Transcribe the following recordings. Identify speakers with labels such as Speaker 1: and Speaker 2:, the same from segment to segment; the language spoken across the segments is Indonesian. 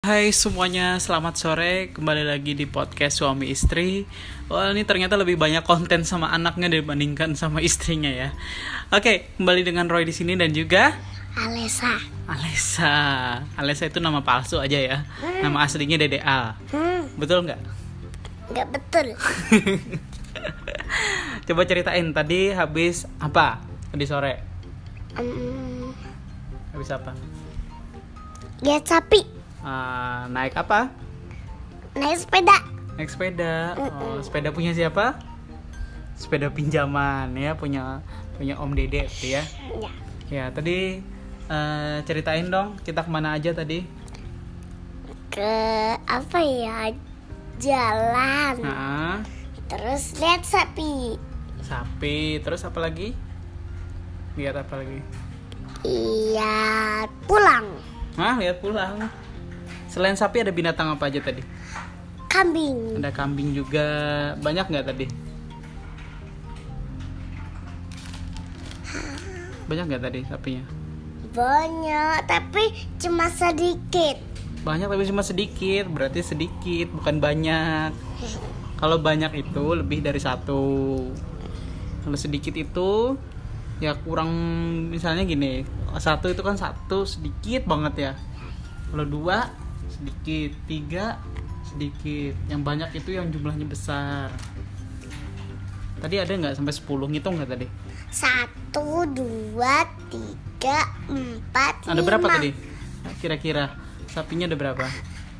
Speaker 1: Hai semuanya, selamat sore. Kembali lagi di podcast suami istri. Wah, ini ternyata lebih banyak konten sama anaknya dibandingkan sama istrinya ya. Oke, kembali dengan Roy di sini dan juga
Speaker 2: Alesa.
Speaker 1: Alesa. Alesa itu nama palsu aja ya. Nama aslinya Dede Al.
Speaker 2: Hmm,
Speaker 1: Betul nggak?
Speaker 2: nggak betul.
Speaker 1: Coba ceritain tadi habis apa? Tadi sore.
Speaker 2: Hmm,
Speaker 1: Habis apa?
Speaker 2: lihat sapi
Speaker 1: Ah, naik apa?
Speaker 2: naik sepeda.
Speaker 1: naik sepeda Oh, sepeda punya siapa sepeda pinjaman ya punya punya om dede gitu ya
Speaker 2: Ya,
Speaker 1: ya tadi eh, ceritain dong kita kemana aja tadi
Speaker 2: ke apa ya? Jalan.
Speaker 1: nah
Speaker 2: Terus lihat sapi.
Speaker 1: sapi terus apa lagi lihat apa lagi
Speaker 2: Iya, pulang.
Speaker 1: ah lihat pulang selain sapi ada binatang apa aja tadi
Speaker 2: Kambing.
Speaker 1: ada kambing juga banyak nggak tadi banyak nggak tadi sapinya
Speaker 2: Banyak, tapi cuma sedikit.
Speaker 1: Banyak tapi cuma sedikit, berarti sedikit, bukan banyak. Kalau banyak itu lebih dari satu. Kalau sedikit itu ya kurang misalnya gini, satu itu kan satu sedikit banget ya. Kalau dua sedikit, tiga sedikit. Yang banyak itu yang jumlahnya besar. Tadi ada nggak sampai 10 ngitung nggak tadi?
Speaker 2: Satu, dua, tiga, empat,
Speaker 1: Ada berapa
Speaker 2: lima.
Speaker 1: tadi? Kira-kira sapinya ada berapa?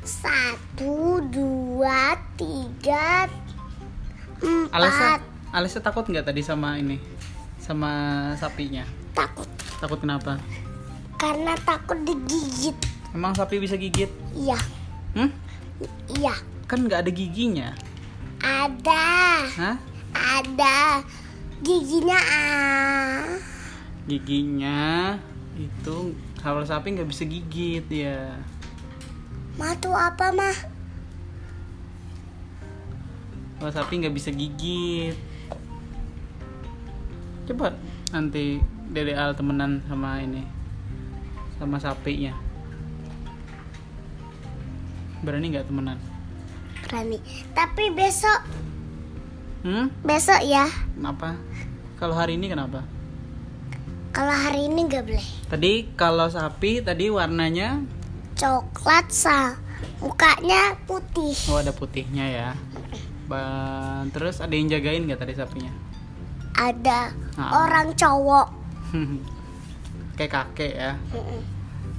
Speaker 2: Satu, dua, tiga, empat.
Speaker 1: Alesa, Alesa takut nggak tadi sama ini, sama sapinya?
Speaker 2: Takut
Speaker 1: Takut kenapa?
Speaker 2: karena takut digigit.
Speaker 1: Emang sapi bisa gigit?
Speaker 2: Iya,
Speaker 1: Hmm?
Speaker 2: iya.
Speaker 1: Kan nggak ada giginya,
Speaker 2: Ada,
Speaker 1: hah?
Speaker 2: ada giginya. Ah.
Speaker 1: Giginya itu kalau sapi nggak bisa gigit ya.
Speaker 2: Mah tuh apa mah?
Speaker 1: Kalau sapi nggak bisa gigit. Cepat nanti Dede Al temenan sama ini, sama sapinya. Berani nggak temenan?
Speaker 2: Berani. Tapi besok,
Speaker 1: Hmm?
Speaker 2: besok ya.
Speaker 1: Kenapa? Kalau hari ini kenapa?
Speaker 2: Kalau hari ini nggak boleh.
Speaker 1: Tadi kalau sapi tadi warnanya
Speaker 2: Coklat sal. Mukanya putih.
Speaker 1: oh ada putihnya ya. Ba- terus ada yang jagain nggak tadi sapinya?
Speaker 2: Ada
Speaker 1: Ah.
Speaker 2: orang cowok.
Speaker 1: Kayak kakek ya.
Speaker 2: Mm-mm.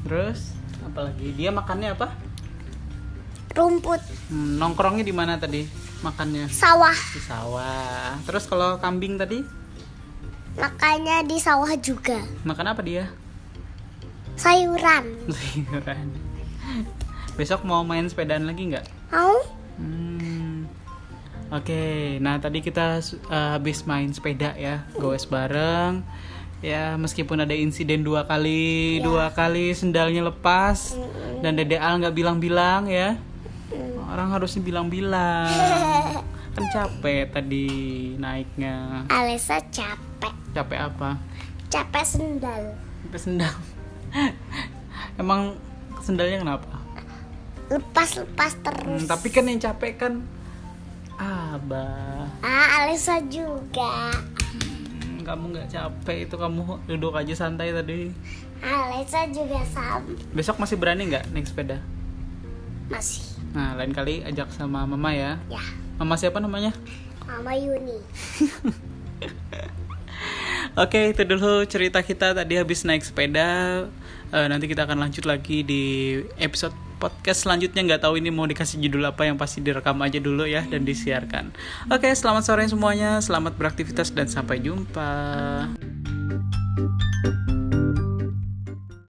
Speaker 1: Terus apalagi dia makannya apa?
Speaker 2: Rumput
Speaker 1: Hmm, nongkrongnya di mana tadi? Makannya
Speaker 2: sawah.
Speaker 1: di sawah. Terus kalau kambing tadi
Speaker 2: Makanya di sawah juga.
Speaker 1: makan apa dia?
Speaker 2: Sayuran.
Speaker 1: Sayuran. Besok mau main sepedaan lagi nggak?
Speaker 2: Mau?
Speaker 1: Hmm. Oke, nah tadi kita su- uh, habis main sepeda ya, goes bareng. Ya, meskipun ada insiden dua kali, dua kali sendalnya lepas dan Dede Al nggak bilang-bilang ya. Orang harusnya bilang-bilang. Kan capek tadi naiknya.
Speaker 2: Alesa capek.
Speaker 1: Capek apa?
Speaker 2: Capek sendal.
Speaker 1: Capek sendal. Emang sendalnya kenapa?
Speaker 2: Lepas-lepas terus.
Speaker 1: Hmm, tapi kan yang capek kan Abah.
Speaker 2: Ah, Alesa juga.
Speaker 1: Hmm, kamu nggak capek itu kamu duduk aja santai tadi
Speaker 2: Alesa juga sama.
Speaker 1: besok masih berani nggak naik sepeda
Speaker 2: Masih.
Speaker 1: nah lain kali ajak sama mama ya
Speaker 2: Ya,
Speaker 1: mama siapa namanya
Speaker 2: Mama Yuni.
Speaker 1: Oke, itu dulu cerita kita tadi habis naik sepeda. Eh, nanti kita akan lanjut lagi di episode podcast selanjutnya. Nggak tahu ini mau dikasih judul apa yang pasti direkam aja dulu ya dan disiarkan. Oke, selamat sore semuanya. Selamat beraktivitas dan sampai jumpa.